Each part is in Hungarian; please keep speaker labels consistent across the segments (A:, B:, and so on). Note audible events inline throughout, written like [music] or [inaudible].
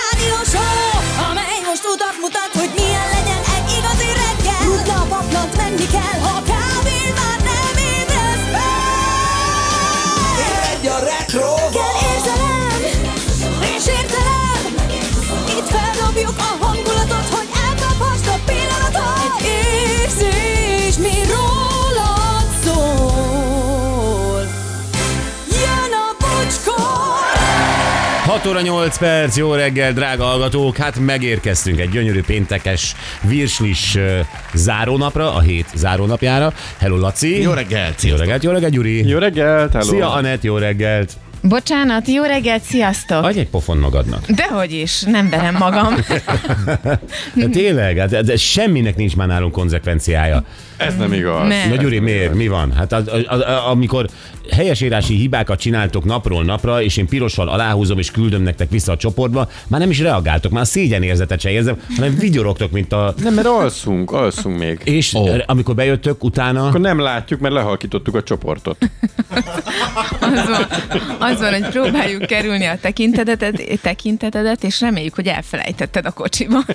A: rádió show, amely most utat mutat, hogy milyen legyen egy igazi reggel. Rutna a paplant, menni kell, ha kávén már nem ébredsz fel.
B: Egy a retro
C: [laughs]
A: Kell érzelem, és értelem, itt feldobjuk a hangulatot, hogy elkaphast a pillanatot. Egy érzés, mi rólad szól. Jön a bocskor!
C: 6 óra 8 perc, jó reggel, drága hallgatók! Hát megérkeztünk egy gyönyörű péntekes virslis ö, zárónapra, a hét zárónapjára. Hello, Laci!
B: Jó reggelt,
C: Jó reggelt, jó reggelt, Gyuri!
D: Jó reggelt, hello.
C: Szia, Anett, jó reggelt!
E: Bocsánat, jó reggelt, sziasztok!
C: Adj egy pofon magadnak.
E: Dehogy is, nem verem magam.
B: [laughs]
C: De tényleg, hát de, de semminek nincs már nálunk konzekvenciája.
D: Ez nem igaz.
E: Mert
C: Na Gyuri, miért? Mi van? Hát az, az, az, amikor helyesírási hibákat csináltok napról napra, és én pirossal aláhúzom és küldöm nektek vissza a csoportba, már nem is reagáltok, már szégyen érzetet se érzem, hanem vigyorogtok, mint a...
D: Nem, mert alszunk, alszunk még. És
C: És oh. amikor bejöttök utána...
D: akkor nem látjuk, mert lehalkítottuk a csoportot.
E: az van, az van, hogy próbáljuk kerülni a tekintetedet, tekintetedet, és reméljük, hogy elfelejtetted a kocsiban.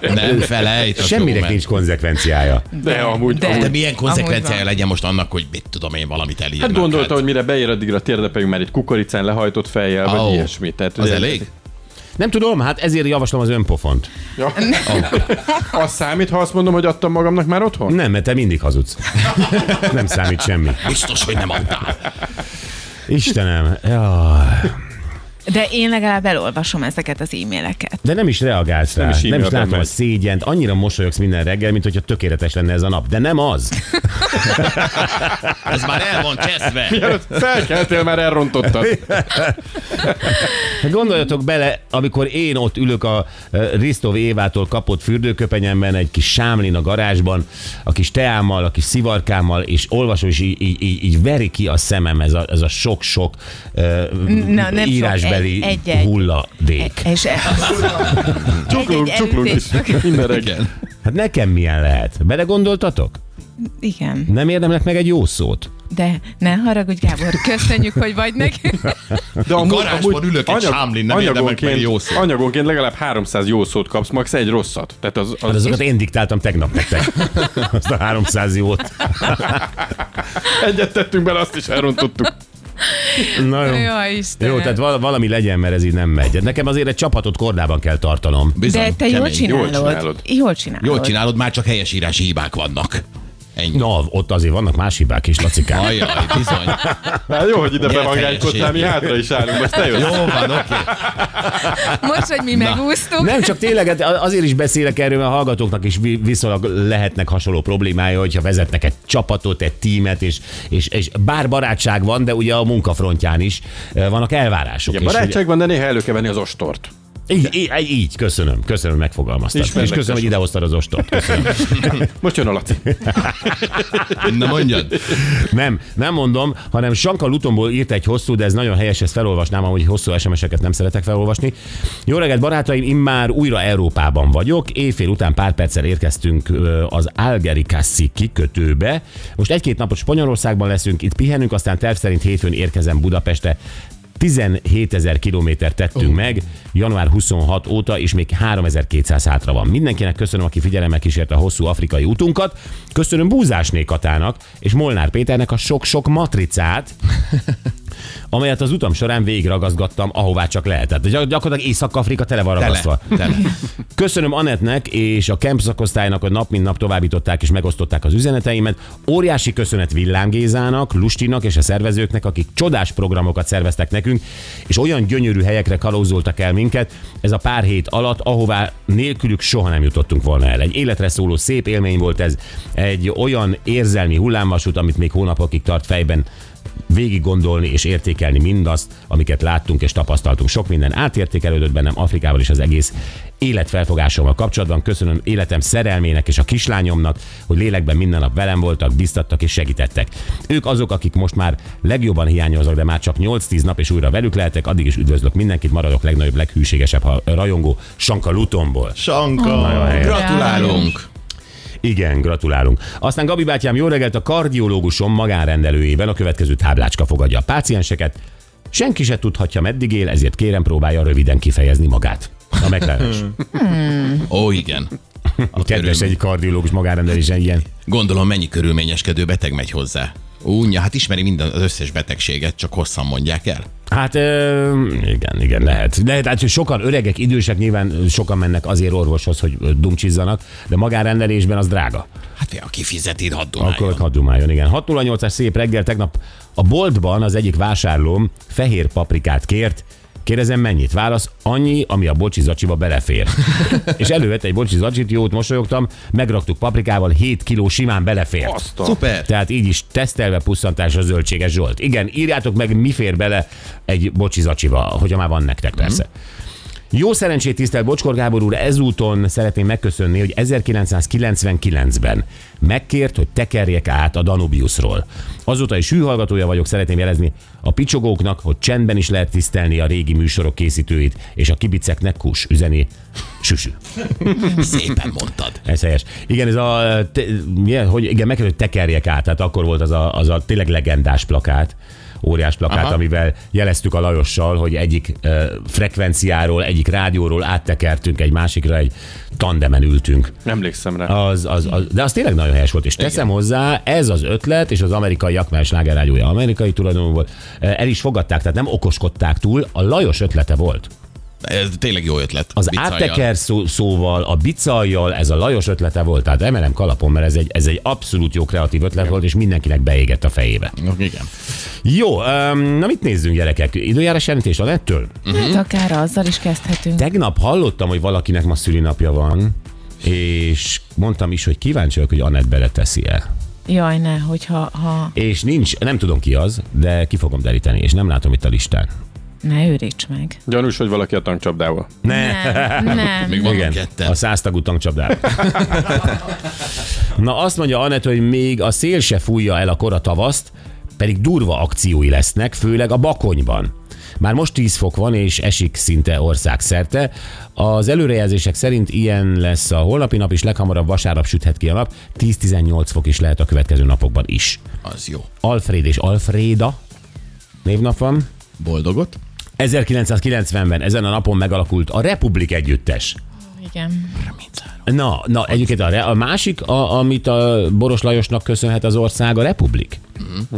F: Nem felejt. a
C: Semminek
F: showman.
C: nincs konzekvenciája.
D: De amúgy.
E: De.
D: amúgy.
F: De milyen konzekvenciája
E: van.
F: legyen most annak, hogy mit tudom én, valamit elírnak.
D: Hát gondolta, hogy mire beér addigra térdepeljünk már egy kukoricán lehajtott fejjel, vagy
F: Au.
D: ilyesmi. Tehát
F: Az
D: ugye-
F: elég?
C: Nem tudom, hát ezért javaslom az önpofont.
D: Ja. Azt számít, ha azt mondom, hogy adtam magamnak már otthon?
C: Nem, mert te mindig hazudsz. [laughs] Nem számít semmi.
F: Biztos, hogy nem adtál.
C: Istenem, jaj.
E: De én legalább elolvasom ezeket az e-maileket.
C: de nem is reagálsz rá. Nem
D: is
C: is, nem is
D: e-mailben
C: látom
D: megy.
C: a szégyent, annyira mosolyogsz minden reggel, mint hogyha tökéletes lenne ez a nap. De nem az.
F: Ez már el van
C: [laughs]
F: cseszve.
D: Mielőtt Felkeltél, már elrontottad.
C: Hát Gondoljatok bele, amikor én ott ülök a ö, Risztov Évától kapott fürdőköpenyemben, egy kis sámlin a garázsban, a kis teámmal, a kis szivarkámmal, és olvasom, és így, így, így, így veri ki a szemem ez a, ez a sok-sok ö,
E: nem sok,
C: írásbeli
E: egy- egy-egy. E-
C: hulladék.
E: És
D: Csuklunk,
E: Egy-egy
D: csuklunk is.
E: elütés.
D: Minden reggel.
F: Igen.
C: Hát nekem milyen lehet? Belegondoltatok?
E: Igen,
C: Nem érdemlek meg egy jó szót?
E: de ne haragudj, Gábor, köszönjük, hogy vagy nekünk.
D: De amúgy,
F: Garázsban ülök egy sámlin, nem érdemek meg jó szót.
D: Anyagonként legalább 300 jó szót kapsz, max. egy rosszat. Tehát az,
C: Hát
D: az,
C: azokat én diktáltam tegnap
E: [laughs]
C: nektek. Azt a 300 jót.
D: egyet tettünk bele, azt is elrontottuk.
C: Na jó.
E: Jaj, Istenem.
C: Jó, tehát val- valami legyen, mert ez így nem megy. Nekem azért egy csapatot kordában kell tartanom.
F: Bizony,
E: De te jól
F: kemény.
E: csinálod.
D: Jól csinálod.
E: Jól csinálod.
F: Jól csinálod, már csak helyesírási hibák vannak. Ennyi.
C: Na, ott azért vannak más hibák is, Lacikám.
F: Ajaj, bizony.
D: Hát jó, hogy ide
F: Milyen
D: bevangánykodtál, mi
F: teljesség.
D: hátra is állunk, most te jössz.
F: Jó van, oké.
E: Most, hogy mi megúsztuk.
C: Nem, csak tényleg hát azért is beszélek erről, mert a hallgatóknak is vi- viszonylag lehetnek hasonló problémája, hogyha vezetnek egy csapatot, egy tímet, és, és, és bár barátság van, de ugye a munkafrontján is eh, vannak elvárások.
D: Igen,
C: És hogy-
D: barátság van, de néha elő kell venni az ostort.
C: Így, így, így, köszönöm, köszönöm, hogy megfogalmaztad.
D: Ismerlek,
C: és köszönöm, hogy
D: tesó.
C: idehoztad az ostort. Köszönöm.
D: Most jön a Laci.
F: Na mondjad.
C: Nem, nem mondom, hanem Sanka Lutomból írt egy hosszú, de ez nagyon helyes, ezt felolvasnám, amúgy hosszú SMS-eket nem szeretek felolvasni. Jó reggelt, barátaim, immár újra Európában vagyok. Éjfél után pár perccel érkeztünk ö, az Algerikaszi kikötőbe. Most egy-két napot Spanyolországban leszünk, itt pihenünk, aztán terv szerint hétfőn érkezem Budapestre. 17 ezer kilométert tettünk meg január 26 óta, és még 3200 hátra van. Mindenkinek köszönöm, aki figyelemmel kísérte a hosszú afrikai utunkat. Köszönöm Búzásné Katának és Molnár Péternek a sok-sok matricát, amelyet az utam során végigragaszgattam, ahová csak lehetett. Gyak- Gyakorlatilag Észak-Afrika tele van
F: Tele. [laughs]
C: ragasztva.
F: Tele.
C: Köszönöm Anetnek és a Camp szakosztálynak, hogy nap mint nap továbbították és megosztották az üzeneteimet. Óriási köszönet Villám Gézának, Lustinak és a szervezőknek, akik csodás programokat szerveztek nekünk, és olyan gyönyörű helyekre kalauzoltak el minket ez a pár hét alatt, ahová nélkülük soha nem jutottunk volna el. Egy életre szóló szép élmény volt ez, egy olyan érzelmi hullámvasút, amit még hónapokig tart fejben végig gondolni és értékelni mindazt, amiket láttunk és tapasztaltunk. Sok minden átértékelődött bennem Afrikával és az egész életfelfogásommal kapcsolatban. Köszönöm életem szerelmének és a kislányomnak, hogy lélekben minden nap velem voltak, biztattak és segítettek. Ők azok, akik most már legjobban hiányoznak, de már csak 8-10 nap és újra velük lehetek. Addig is üdvözlök mindenkit, maradok legnagyobb, leghűségesebb ha- rajongó Sanka Lutomból.
F: Sanka,
C: Nagyon helyes.
F: gratulálunk.
C: Igen, gratulálunk. Aztán Gabi bátyám, jó reggelt a kardiológusom magánrendelőjében a következő táblácska fogadja a pácienseket. Senki se tudhatja, meddig él, ezért kérem próbálja röviden kifejezni magát. A McLaren-es.
F: Ó, igen.
C: A kedves
F: körülmény.
C: egy kardiológus magánrendelésen ilyen.
F: Gondolom, mennyi körülményeskedő beteg megy hozzá. Únya, hát ismeri minden az összes betegséget, csak hosszan mondják el.
C: Hát ö, igen, igen, lehet. Lehet, hát sokan öregek, idősek nyilván sokan mennek azért orvoshoz, hogy ö, dumcsizzanak, de magánrendelésben az drága.
F: Hát aki fizeti, hadd
C: Akkor ott
F: Akkor...
C: hadd dumáljon, igen. 608-as szép reggel tegnap a boltban az egyik vásárlóm fehér paprikát kért, Kérdezem, mennyit? Válasz, annyi, ami a bocsi zacsiba belefér. és elővette egy bocsi zacsit, jót mosolyogtam, megraktuk paprikával, 7 kiló simán belefért.
D: Azt a...
F: Szuper!
C: Tehát így is tesztelve pusztantásra zöldséges Zsolt. Igen, írjátok meg, mi fér bele egy bocsizacsiba, hogyha már van nektek persze. Jó szerencsét, tisztelt Bocskor Gábor úr, ezúton szeretném megköszönni, hogy 1999-ben megkért, hogy tekerjek át a Danubiusról. Azóta is hűhallgatója vagyok, szeretném jelezni a picsogóknak, hogy csendben is lehet tisztelni a régi műsorok készítőit, és a kibiceknek kus üzeni süsű.
F: Szépen mondtad.
C: Ez helyes. Igen, ez a, te, milyen, hogy, igen, meg kellett hogy tekerjek át, tehát akkor volt az a, az a tényleg legendás plakát, óriás plakát, Aha.
F: Aha.
C: amivel jeleztük a Lajossal, hogy egyik ö, frekvenciáról, egyik rádióról áttekertünk egy másikra, egy tandemen ültünk.
D: Emlékszem rá.
C: Az, az, az, de az tényleg nagyon helyes volt, és teszem Igen. hozzá, ez az ötlet, és az amerikai Jakmár slágerágyúja amerikai tulajdonú volt, el is fogadták, tehát nem okoskodták túl, a Lajos ötlete volt.
F: Ez tényleg jó ötlet.
C: Az
F: Viccajjal.
C: átteker szó, szóval, a bicajjal, ez a Lajos ötlete volt, tehát emelem kalapom, mert ez egy, ez egy abszolút jó kreatív ötlet volt, és mindenkinek beégett a fejébe.
F: Igen.
C: Jó, öm, na mit nézzünk gyerekek? Időjárás jelentés a nettől?
E: Hát akár azzal is kezdhetünk.
C: Tegnap hallottam, hogy valakinek ma szülinapja van, és mondtam is, hogy kíváncsi vagyok, hogy Anett beleteszi-e.
E: Jaj, ne, hogyha ha...
C: És nincs, nem tudom ki az, de ki fogom deríteni, és nem látom itt a listán.
E: Ne őríts meg.
D: Gyanús, hogy valaki a tankcsapdával.
E: Nem, nem.
F: Még vannak
C: Igen,
F: ketten.
C: a száztagú tankcsapdában. Na azt mondja Anett, hogy még a szél se fújja el a kora tavaszt, pedig durva akciói lesznek, főleg a Bakonyban. Már most 10 fok van, és esik szinte országszerte. Az előrejelzések szerint ilyen lesz a holnapi nap is, leghamarabb vasárnap süthet ki a nap, 10-18 fok is lehet a következő napokban is.
F: Az jó.
C: Alfred és Alfréda névnap van.
F: Boldogot?
C: 1990-ben ezen a napon megalakult a Republik Együttes.
E: Igen.
C: Na, na egyébként a, re- a másik, a, amit a Boros Lajosnak köszönhet az ország, a Republik.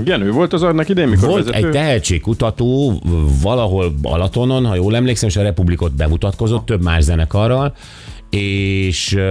D: Igen, ő volt az annak idején, mikor
C: Volt
D: vezető.
C: egy tehetségkutató valahol Balatonon, ha jól emlékszem, és a Republikot bemutatkozott több más zenekarral, és ö,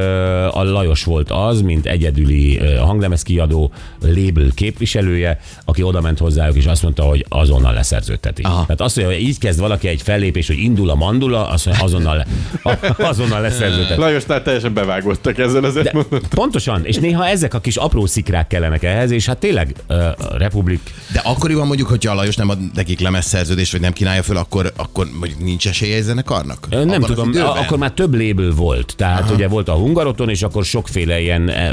C: a Lajos volt az, mint egyedüli ö, hanglemez kiadó label képviselője, aki odament hozzájuk, és azt mondta, hogy azonnal leszerződteti. Aha.
F: Aha.
C: Tehát azt mondja, hogy így kezd valaki egy fellépés, hogy indul a mandula, azt mondja, azonnal, le, [laughs] azonnal leszerződteti.
D: Lajosnál teljesen bevágottak ezzel azért De... mondom.
C: Pontosan, és néha ezek a kis apró szikrák kellenek ehhez, és hát tényleg ö, a Republik
F: De akkoriban mondjuk, hogyha a Lajos nem ad nekik lemezszerződést, vagy nem kínálja föl, akkor, akkor mondjuk nincs esélye egy zenekarnak?
C: Ö, Nem
F: Abban az
C: tudom,
F: időben?
C: a- akkor már több léből volt. Tehát aha. ugye volt a Hungaroton, és akkor sokféle ilyen eh,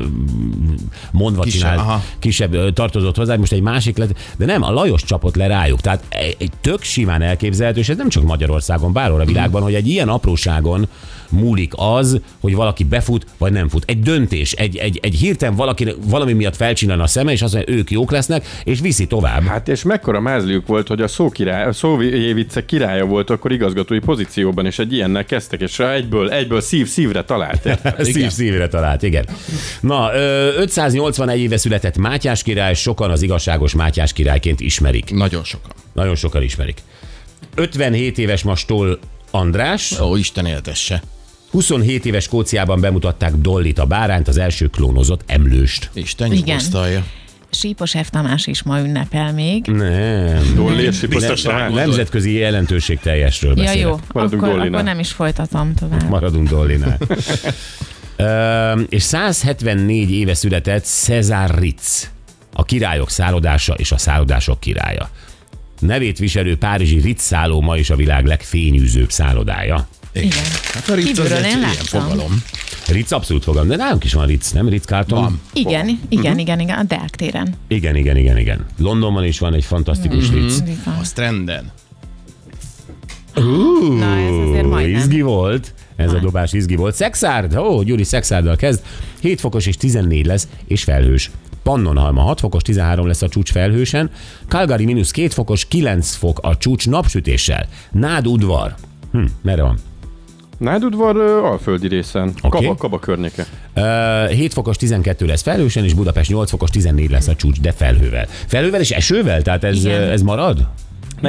C: mondva
F: Kisebb,
C: kisebb, csinált, aha.
F: aha.
C: kisebb ö, tartozott hozzá, most egy másik lett, de nem, a Lajos csapott le rájuk. Tehát egy egy tök simán elképzelhető, és ez nem csak Magyarországon, bárhol a
F: Mhm.
C: világban, hogy egy ilyen apróságon múlik az, hogy valaki befut, vagy nem fut. Egy döntés, egy, egy, egy hirtelen valaki, valami miatt felcsillan a szeme, és azt mondja, ők jók lesznek, és viszi tovább.
D: Hát és mekkora mázliuk volt, hogy a szó király, a szóvice királya volt akkor igazgatói pozícióban, és egy ilyennel kezdtek, és rá egyből, egyből szív szívre talált. [laughs] érted?
C: Szív szívre talált, igen. Na, ö, 581 éve született Mátyás király, sokan az igazságos Mátyás királyként ismerik.
F: Nagyon sokan.
C: Nagyon sokan ismerik. 57 éves ma Stoll András,
F: Ó, Isten éltesse.
C: 27 éves Skóciában bemutatták Dollit a bárányt, az első klónozott emlőst.
F: Isten
E: Igen.
F: nyugosztalja.
E: Sípos F. Tamás is ma ünnepel még.
C: Nem.
D: Dollér, Sipos
F: Biztos
D: Tamás.
F: rágondol.
C: Nemzetközi jelentőség teljesről
E: Ja,
C: beszélek.
E: jó.
D: Maradunk
E: Akkor,
D: Dollinál.
E: akkor nem is folytatom tovább.
C: Maradunk Dollinál. Ö, és 174 éve született Cezár Ritz, a királyok szállodása és a szállodások királya. Nevét viselő párizsi Ritz szálló ma is a világ legfényűzőbb szállodája.
E: Igen.
F: Hát a Ritz az
E: Kívülről
F: egy
E: én
F: ilyen
E: láttam.
F: fogalom.
C: Ritz abszolút fogam, de nálunk is van Ritz, nem? Ritz Carlton?
F: Van.
E: Igen, igen, igen, igen, a Deák téren.
C: Igen, igen, igen, igen. Londonban is van egy fantasztikus mm-hmm. Ritz.
E: Így van.
F: Az trenden.
E: Na, ez azért
C: Ó,
E: majdnem.
C: Izgi volt. Ez a dobás izgi volt. Szexárd? Ó, Gyuri Szexárddal kezd. 7 fokos és 14 lesz, és felhős. Pannonhalma 6 fokos, 13 lesz a csúcs felhősen. Calgary mínusz 2 fokos, 9 fok a csúcs napsütéssel. Nád udvar. Hm, merre van?
D: Nádudvar ö, alföldi részen,
C: Oké.
D: okay. kaba, kaba környéke.
C: Ö, 7 fokos 12 lesz felhősen, és Budapest 8 fokos 14 lesz a csúcs, de felhővel. Felhővel és esővel? Tehát ez,
E: Igen.
C: ez marad?
E: Ez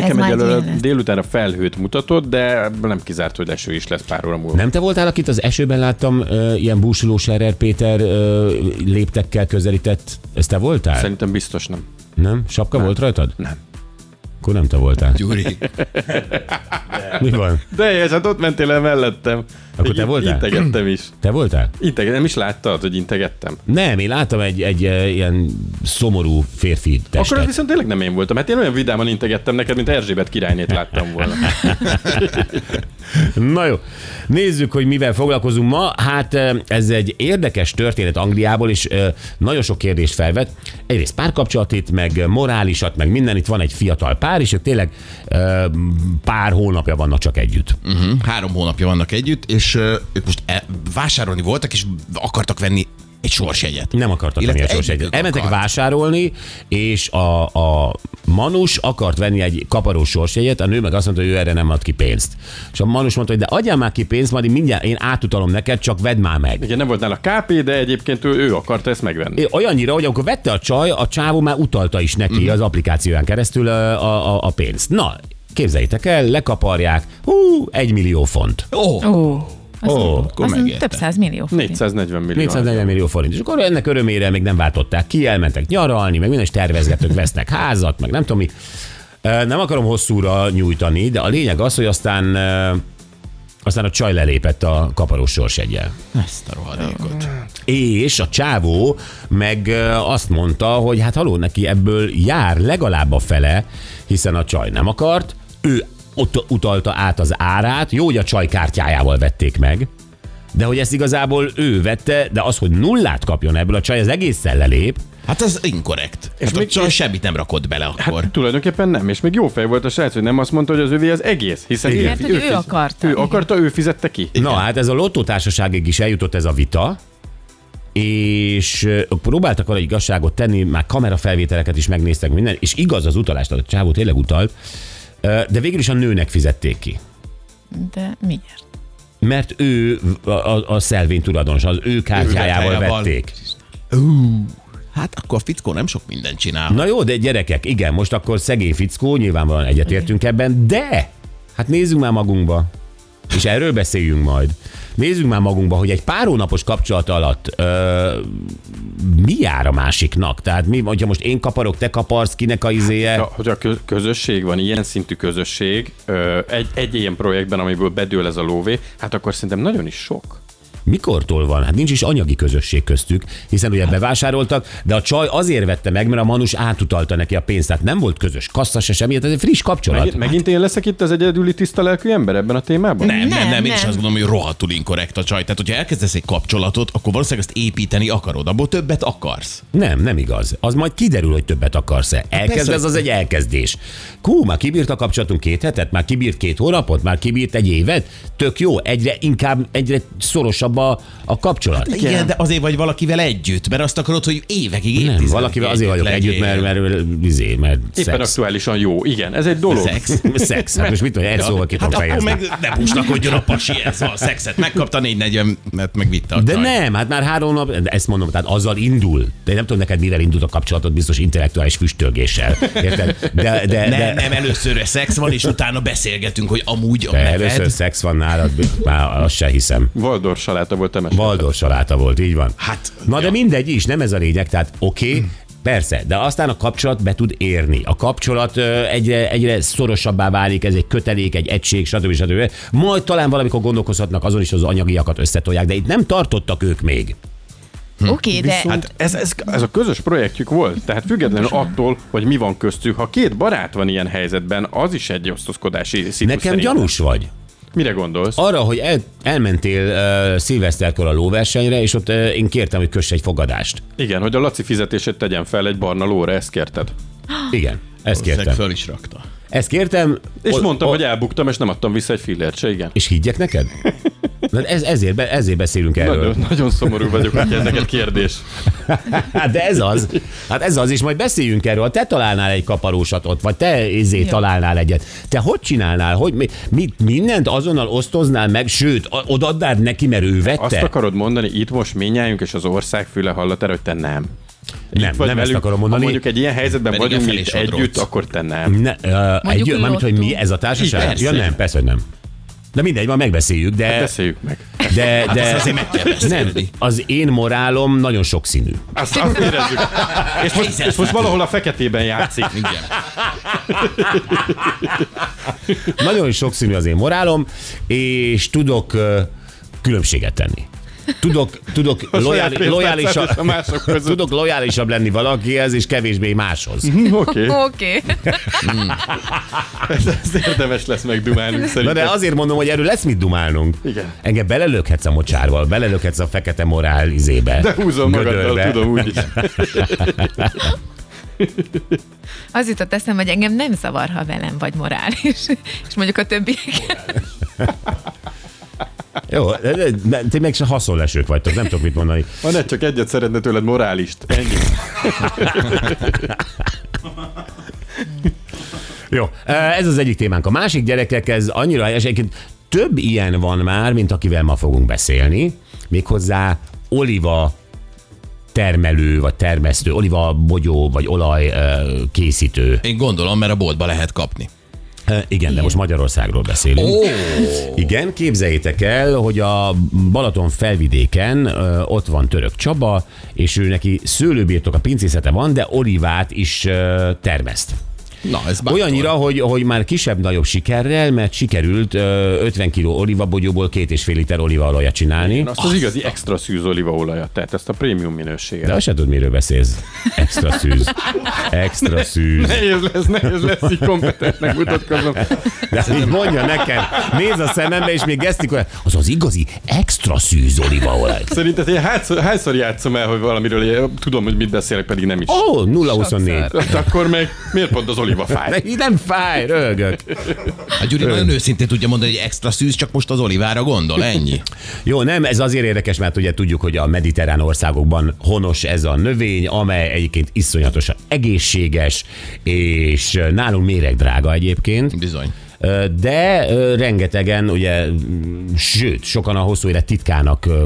D: Nekem
E: már
D: egyelőre
E: délelőtt.
D: délután a felhőt mutatott, de nem kizárt, hogy eső is lesz pár óra múlva.
C: Nem te voltál, akit az esőben láttam, ö, ilyen búsuló Serrer Péter ö, léptekkel közelített? Ez te voltál? Szerint...
D: Szerintem biztos nem.
C: Nem? Sapka nem. volt rajtad? Nem. Akkor nem te voltál.
F: Gyuri,
C: Mi van?
D: De ez, hát ott mentél el mellettem.
C: Akkor te
D: Így
C: voltál?
D: Integettem is.
C: Te voltál?
D: Integettem, nem is láttad, hogy integettem.
C: Nem, én láttam egy, egy ö, ilyen szomorú férfi testet.
D: Akkor az viszont tényleg nem én voltam. Hát én olyan vidáman integettem neked, mint Erzsébet királynét láttam
C: [laughs]
D: volna.
C: Na jó, nézzük, hogy mivel foglalkozunk ma. Hát eh, ez egy érdekes történet Angliából, és eh, nagyon sok kérdést felvet. Egyrészt párkapcsolatit, meg eh, morálisat, meg minden. Itt van egy fiatal pár, és ők tényleg eh, pár hónapja vannak csak együtt.
F: hm, három hónapja vannak együtt, és ö, ők most e- vásárolni voltak, és akartak venni egy sorsjegyet.
C: Nem akartak venni
F: Illetve
C: a sors egyet.
F: egyikük
C: Elmentek
F: akart.
C: vásárolni, és a, a Manus akart venni egy kaparó sorsjegyet, a nő meg azt mondta, hogy ő erre nem ad ki pénzt. És a Manus mondta, hogy de adjál már ki pénzt, majd én mindjárt én átutalom neked, csak vedd már meg.
D: Igen, nem volt nála KP, de egyébként ő, ő akarta ezt megvenni.
C: É, Olyannyira, hogy amikor vette a csaj, a csávó már utalta is neki
F: Mhm.
C: az applikációján keresztül a, a, a- a pénzt. Na, képzeljétek el, lekaparják, hú, egy millió font.
F: Ó,
E: Ó, az,
C: Ó,
E: oh,
F: akkor
E: az
F: megérte.
E: több száz millió forint.
D: 440 millió.
C: 440 millió forint. És akkor ennek örömére még nem váltották ki, elmentek nyaralni, meg minden, és tervezgetők vesznek házat, meg nem tudom mi. Ö, Nem akarom hosszúra nyújtani, de a lényeg az, hogy aztán ö, aztán a csaj lelépett a kaparós sorsegyel.
F: ezt a rohadékot.
C: És a csávó meg ö, azt mondta, hogy hát haló, neki ebből jár legalább a fele, hiszen a csaj nem akart, ő ott utalta át az árát, jó, hogy a csaj kártyájával vették meg, de hogy ezt igazából ő vette, de az, hogy nullát kapjon ebből, a csaj az egészen lelép,
F: Hát ez inkorrekt. És hát
D: még-
F: még csak semmit nem rakott bele akkor.
D: Hát, tulajdonképpen nem, és még jó fej volt a srác, hogy nem azt mondta, hogy az övé az egész, hiszen
C: Igen.
E: Mert Hát, hogy ő
D: fiz-
E: akarta.
D: Ő akarta, ő fizette ki.
C: Na hát ez a lottótársaságig is eljutott ez a vita, és ö, próbáltak arra igazságot tenni, már kamerafelvételeket is megnéztek minden, és igaz az utalás, tehát a csávó tényleg utalt, ö, de végül is a nőnek fizették ki.
E: De miért?
C: Mert ő a, a, a szelvény tulajdonos, az ő kártyájával
F: kártyájával.
C: vették.
F: Ú, hát akkor a fickó nem sok mindent csinál.
C: Na jó, de gyerekek, igen, most akkor szegény fickó, nyilvánvalóan egyetértünk ebben, de hát nézzünk már magunkba, és erről beszéljünk majd. Nézzünk már magunkba, hogy egy pár hónapos kapcsolat alatt ö, mi jár a másiknak? Tehát mi, hogyha most én kaparok, te kaparsz, kinek a izéje?
D: Ja, hogy a kö- közösség van, ilyen szintű közösség, ö, egy, egy ilyen projektben, amiből bedől ez a lóvé, hát akkor szerintem nagyon is sok.
C: Mikortól van? Hát nincs is anyagi közösség köztük, hiszen ugye bevásároltak, de a csaj azért vette meg, mert a manus átutalta neki a pénzt, tehát nem volt közös kassza se semmi, tehát ez egy friss kapcsolat.
D: Meg, megint én leszek itt az egyedüli tiszta lelkű ember ebben a témában?
F: Nem, nem, nem,
E: Nem,
F: én is
E: nem.
F: azt gondolom, hogy rohadtul inkorrekt a csaj. Tehát, hogyha elkezdesz egy kapcsolatot, akkor valószínűleg azt építeni akarod, abból többet akarsz.
C: Nem, nem igaz. Az majd kiderül, hogy többet akarsz-e. Elkezd
F: Hát persze,
C: ez
F: hogy-
C: az egy elkezdés. Kú, már kibírt a kapcsolatunk két hetet, már kibírt két hónapot, már kibírt egy évet. Tök jó, egyre inkább, egyre szorosabb a, a kapcsolat.
F: Igen, Igen de azért vagy valakivel együtt, mert azt akarod, hogy évekig
C: nem,
F: évtizedekig
C: valakivel azért vagyok
F: legyél.
C: együtt, mert, mert, mert, izé, mert
D: Éppen
C: szex.
D: aktuálisan jó, igen, ez egy dolog.
F: Szex.
C: [laughs] Szex. Hát most mit tudom, egy szóval ki
F: Hát
C: tudom
F: akkor
C: fejezni.
F: meg ne pustakodjon a pasi, ez van, a szexet megkapta 440, mert megvitte a
C: De
F: csaj.
C: nem, hát már három nap, de ezt mondom, tehát azzal indul. De én nem tudom neked, mivel indult a kapcsolatod, biztos intellektuális füstölgéssel. Érted? De, de,
F: Nem,
C: de,
F: nem, először a szex van, és utána beszélgetünk, hogy amúgy a
C: de
F: neved.
C: először szex van nálad, már azt se hiszem.
D: Valdor saláta volt temes.
C: Valdor saláta volt, így van.
F: Hát,
C: Na de mindegy is, nem ez a lényeg, tehát oké,
D: Hmm.
C: okay, Persze, de aztán a kapcsolat be tud érni. A kapcsolat ö, egyre, egyre szorosabbá válik, ez egy kötelék, egy egység, stb. stb. Majd talán valamikor gondolkozhatnak azon is, hogy az anyagiakat összetolják, de itt nem tartottak ők még.
E: Oké, okay, de...
D: Hát ez, ez, ez a közös projektjük volt, tehát függetlenül attól, hogy mi van köztük, ha két barát van ilyen helyzetben, az is egy osztozkodási szitu
C: Nekem gyanús vagy.
D: Mire gondolsz?
C: Arra, hogy el, elmentél uh, szilveszterkor a lóversenyre, és ott uh, én kértem, hogy köss egy fogadást.
D: Igen, hogy a Laci fizetését tegyen fel egy barna lóra, ezt kérted.
C: Igen, ezt kértem.
F: Valószínűleg föl is rakta.
C: Ezt kértem,
D: És
C: o-
D: mondtam,
C: o-
D: hogy elbuktam, és nem adtam vissza egy fillért se, igen. [laughs]
C: És higgyek neked? Na, Ez, ezért, be- ezért beszélünk erről.
D: Nagyon, nagyon szomorú vagyok, hogy ez neked kérdés.
C: Hát de ez az. Hát ez az, és majd beszéljünk erről. Ha Te találnál egy kaparósat ott, vagy te izé találnál egyet. Te hogy csinálnál? Hogy mi, mit, mindent azonnal osztoznál meg, sőt, a- odaadnád neki, mert ő vette?
D: Azt akarod mondani, itt most minnyájunk, és az ország füle hallatára, hogy te nem.
C: nem,
D: Itt vagy
C: nem ezt
D: velünk,
C: akarom
D: Ha
C: mondani.
D: mondjuk egy ilyen helyzetben
F: Pedig
D: vagyunk
F: a
D: itt
F: felé sodróc.
D: együtt, akkor te nem.
C: Ne, uh,
E: Mondjuk
C: egy,
E: mi
C: mármint, hogy mi,
E: ottunk.
C: ez a társaság?
F: Így,
C: Ja
F: persze.
C: nem, persze, hogy nem. De mindegy, van, megbeszéljük, de...
D: Hát Beszéljük Hát meg.
C: de, de
F: azt azért meg kell
C: nem,
F: beszélni.
C: az én morálom nagyon sokszínű.
D: Azt, azt érezzük. És most, és most valahol a feketében játszik.
F: Igen.
C: Nagyon sokszínű az én morálom, és tudok ö, különbséget tenni. Tudok, tudok,
D: A saját
C: lojál,
D: pénztárcád
C: lojálisabb,
D: és a mások
C: [laughs]
D: között.
C: tudok lojálisabb lenni valakihez, és kevésbé máshoz.
D: Oké, okay.
E: Oké.
D: ez, ez érdemes lesz megdumálni
C: Na
D: szerintem.
C: de azért mondom, hogy erről lesz mit dumálnunk.
D: Igen.
C: Engem belelökhetsz a mocsárval, belelökhetsz a fekete morál izébe.
D: De húzom magaddal,
C: gödörbe.
D: tudom úgy
C: [laughs]
D: is.
E: Az jutott eszembe, hogy engem nem zavar, ha velem vagy morális. [laughs] És mondjuk a többiek.
C: Jó, de- de- de- ti meg se haszonlesők vagytok, nem tudok mit mondani.
D: Ha ne csak egyet szeretne tőled morálist. Ennyi.
C: Jó, ez az egyik témánk. A másik gyerekek, ez annyira helyes, egyébként több ilyen van már, mint akivel ma fogunk beszélni, méghozzá oliva termelő, vagy termesztő, oliva bogyó, vagy olaj ö, készítő.
F: Én gondolom, mert a boltba lehet kapni.
C: Ö, Igen, de most Magyarországról beszélünk.
F: Ó,
C: Igen, képzeljétek el, hogy a Balaton felvidéken ö, ott van Török Csaba, és ő neki szőlőbirtok, a pincészete van, de olivát is ö, termeszt.
F: na ez bátor.
C: Olyannyira, hogy, hogy már kisebb-nagyobb sikerrel, mert sikerült ö, 50 kg olivabogyóból két és fél liter olívaolajat csinálni.
D: Azt az igazi extra szűz olívaolajat, tehát ezt a prémium minőséget.
C: De azt se tudod, miről beszélsz. Extra szűz. Extra szűz.
D: Nehéz lesz, nehéz lesz, így kompetensnek mutatkozom.
C: De így mondja nekem, nézz a szemembe, és még gesztikul. Az az igazi extra szűz olívaolaj.
D: Szerinted én hányszor, hányszor játszom el, hogy valamiről én tudom, hogy mit beszélek, pedig nem is.
C: Ó, oh, 0-24.
D: Hát akkor meg miért pont az olívafáj?
C: De így nem fáj, rögök.
F: A Hát Gyuri nagyon őszintén tudja mondani, hogy extra szűz, csak most az olivára gondol,
C: [laughs]
F: ennyi.
C: Jó, nem, ez azért érdekes, mert ugye tudjuk, hogy a mediterrán országokban honos ez a növény, amely egyébként iszonyatosan egészséges, és nálunk méreg drága egyébként.
F: Bizony.
C: Ö, De ö, rengetegen, ugye, mm, sőt, sokan a hosszú élet titkának, ö,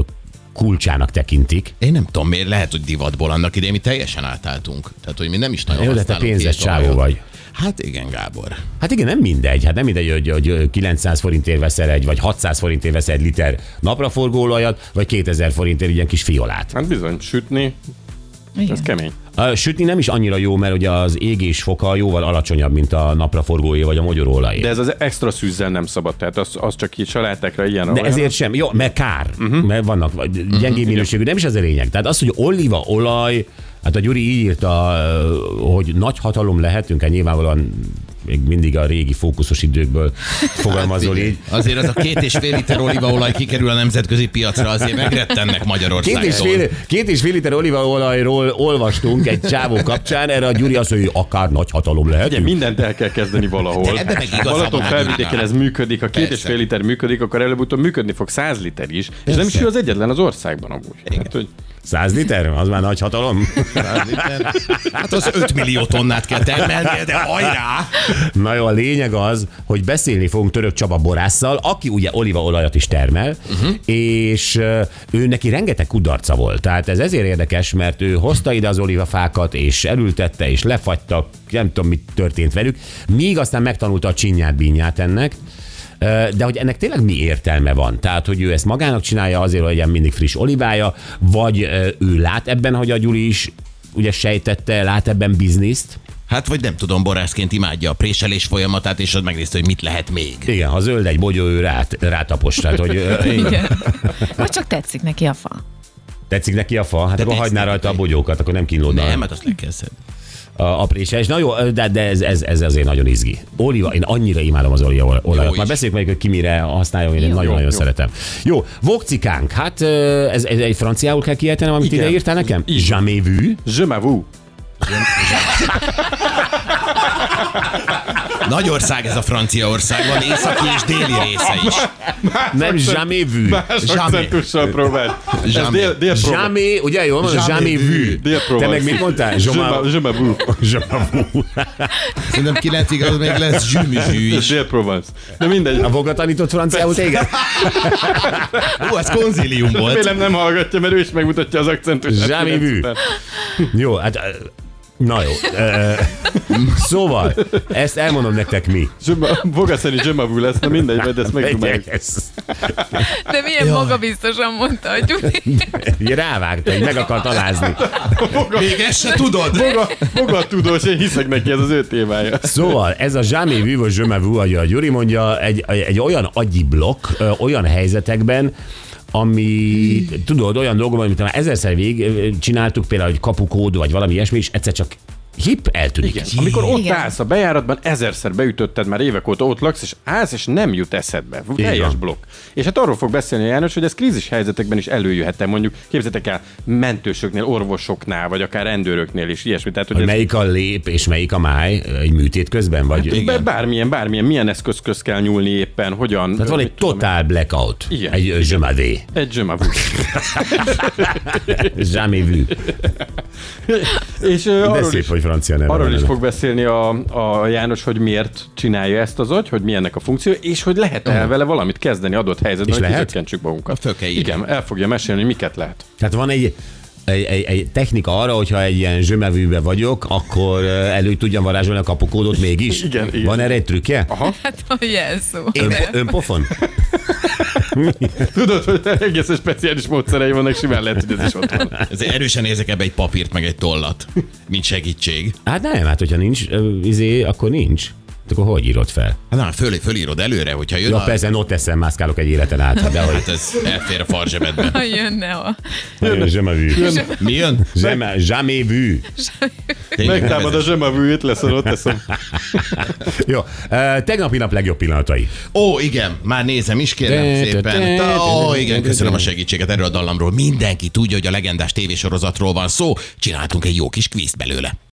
C: kulcsának tekintik.
F: Én nem tudom, miért lehet, hogy divatból annak idején mi teljesen átálltunk. Tehát, hogy mi nem is nagyon
C: Jó, de te
F: használunk
C: pénzes
F: két olajat.
C: csávó vagy.
F: Hát igen, Gábor.
C: Hát igen, nem mindegy. Hát nem mindegy, hogy, hogy 900 forintért veszel egy, vagy 600 forintért veszel egy liter napraforgóolajat, vagy 2000 forintért egy ilyen kis fiolát.
D: Hát bizony, sütni, ez
E: Igen.
D: kemény.
C: Ö, Sütni nem is annyira jó, mert ugye az égés foka jóval alacsonyabb, mint a napraforgóé vagy a magyarólajé.
D: De
C: De,
D: ez az extra szűzzel nem szabad, tehát az, az csak így salátákra ilyen.
C: de
D: olyan. Mhm.
C: ezért sem. Jó, mert kár, uh-huh. mert vannak vagy gyengébb minőségű, nem is ez a lényeg. Tehát az, hogy oliva, olaj, hát a Gyuri így írta, ö, hogy nagy hatalom lehetünk, hát nyilvánvalóan még mindig a régi fókuszos időkből fogalmazol
D: Hát
C: így.
F: Azért az a két és fél liter olívaolaj kikerül a nemzetközi piacra, azért megrettennek Magyarországon.
C: Két és, fél, két és fél liter olívaolajról olvastunk egy csávó kapcsán, erre a Gyuri azt mondja, hogy akár nagy hatalom
D: Hát Ugye
C: lehetünk.
D: mindent el kell kezdeni valahol.
F: De ebben meg
D: A
F: igaza
D: Balaton
F: van,
D: felvidéken
F: Ádám.
D: ez működik, ha két és
F: Persze.
D: fél liter működik, akkor előbb-utóbb működni fog száz liter is. És nem is ő az egyetlen az országban amúgy. Hát, hogy
C: 100 liter? Az már nagy hatalom?
F: Hát az 5 millió tonnát kell termelni, de hajrá!
C: Na jó, a lényeg az, hogy beszélni fogunk Török Csaba borásszal, aki ugye olívaolajat is termel, uh-huh. és ö, ő neki rengeteg kudarca volt. Tehát ez ezért érdekes, mert ő hozta ide az olívafákat, és elültette, és lefagytak, nem tudom, mi történt velük, míg aztán megtanulta a csinyát, bínyát ennek, Ö, de hogy ennek tényleg mi értelme van? Tehát, hogy ő ezt magának csinálja azért, hogy legyen mindig friss olivája, vagy ö, ő lát ebben, hogy a Gyuri is ugye sejtette, lát ebben bizniszt?
F: Hát vagy nem tudom, borászként imádja a préselés folyamatát, és az megnézte, hogy mit lehet még.
C: Igen, ha zöld egy bogyó, ő rát, rátapos, tehát hogy ö, igen.
E: Igen. Vagy csak tetszik neki a fa.
C: tetszik neki a fa, hát akkor
F: tetszik
C: hagyná
F: neki.
C: rajta a bogyókat, akkor nem kínlódna
F: Nem,
C: nem.
F: hát azt le kell szedni.
C: a aprése. És na jó, ö, de, de ez, ez, ez azért nagyon izgi. Oliva, én annyira imádom az olívaolajat.
F: Jó
C: Már
F: is.
C: beszéljük meg, hogy ki mire használja, én
E: Jó.
C: nagyon-nagyon
D: Jó.
C: szeretem. Jó, vokcikánk, hát ö, ez, ez egy franciául kell kiejtenem, amit
D: Igen.
C: ide írtál nekem? Jamais vu.
D: Je m'avoue.
F: Nagy ország ez a Franciaország, van északi és déli része is.
C: Nem jamais vu.
D: Más
F: Jamais.
D: akcentussal próbált. Ez
F: Jamais.
D: dél, dél próbál.
C: Jamais, ugye jól mondom?
F: Jamais
C: Jamais vu.
D: Dél
C: Te
D: próbál.
C: meg mit mondtál?
D: Zsoma-
C: Jamais-
D: Zsoma
C: [laughs]
D: Bru.
C: Jamais vu.
F: Szerintem kilencig az még lesz zsűmű is.
D: Dél Provence. De mindegy.
C: A Voga tanított franciául téged?
F: Ó, ez konzilium volt.
D: Vélem nem hallgatja, mert ő is megmutatja az akcentusát.
C: Jamais vu. Jó, hát... ö, Na jó. Ö, Szóval, ezt elmondom nektek mi.
D: Vogaszeri Zsömavú lesz, na mindegy, majd ezt megdumáljuk.
C: Ez-
E: De milyen magabiztosan mondta, hogy Gyuri.
C: Rávágta, hogy meg akart alázni.
F: Még ezt se tudod.
D: Voga, voga tudós, én hiszek neki, ez az ő témája.
C: Szóval ez a jamais vu vagy jamais vu, ahogy a Gyuri mondja, egy, egy olyan agyi blokk, ö, olyan helyzetekben, ami, tudod, olyan dolgok, amit már ezerszer vég ö, csináltuk, például, hogy kapukód, vagy valami ilyesmi, és egyszer csak hip eltűnik.
D: Igen. Amikor ott
E: Igen.
D: állsz a bejáratban, ezerszer beütötted, már évek óta ott laksz, és állsz, és nem jut eszedbe. Fú, Teljes
C: van.
D: blokk. És hát arról fog beszélni a János, hogy ez krízis helyzetekben is előjöhet mondjuk képzeljétek el mentősöknél, orvosoknál, vagy akár rendőröknél is ilyesmi. Tehát, hogy
C: Hogy
D: ez
C: melyik a lép és melyik a máj ö, egy műtét közben, vagy...
F: igen.
D: be- bármilyen, bármilyen, milyen eszköz köz kell nyúlni éppen, hogyan.
C: Tehát Hát van egy
D: mit tudom én.
C: totál blackout.
D: Igen.
C: Egy ö, je m'avais.
D: Egy zsömavú.
C: [laughs] Jamais vu.
D: és ö,
C: De
D: arról
C: szép,
D: is,
C: hogy francia neve
D: arról
C: van
D: is
C: ennek.
D: fog beszélni a, a János, hogy miért csinálja ezt az agy, hogy mi ennek a funkció, és hogy lehet el vele valamit kezdeni adott helyzetben,
C: És
D: hogy
C: lehet?
D: kizökkentsük magunkat.
F: Föl kell írni.
D: Igen, el fogja mesélni, hogy miket lehet. [laughs]
C: Tehát van egy, egy, egy, egy technika arra, hogyha egy ilyen zsömevűbe vagyok, akkor ö, elő tudjam varázsolni a kapukódot mégis.
D: Igen, Ah. igen.
C: Van erre egy trükkje?
E: Hát a jelszó.
C: Ön,
E: De-
C: önpofon?
D: Tudod, hogy egészen speciális módszerei vannak, simán lehet, hogy ez is ott van.
F: Ezért erősen nézek ebbe egy papírt, meg egy tollat, mint segítség.
C: Hát nem, hát hogyha nincs, ö, izé, akkor nincs. Hát Akkor hogy írod fel?
F: Hát na, föl, fölírod előre, hogyha jön
C: Ja,
F: a...
C: persze, ott eszem, mászkálok egy életen át, hát dehogy.
F: Hát ez elfér a farzsebedbe.
E: Ha jönne a...
C: Zsemevű.
F: Mi jön?
C: Zsemévű.
F: Tényleg,
D: Megtámad a
F: ez-
D: zsemavűjét, leszor, ott teszem.
C: Jó, ö, tegnapi nap legjobb pillanatai.
F: Ó, igen, már nézem is, kérem szépen. Ó, igen, köszönöm a segítséget erről a dallamról. Mindenki tudja, hogy a legendás tévésorozatról van szó. Csináltunk egy jó kis kvízt belőle.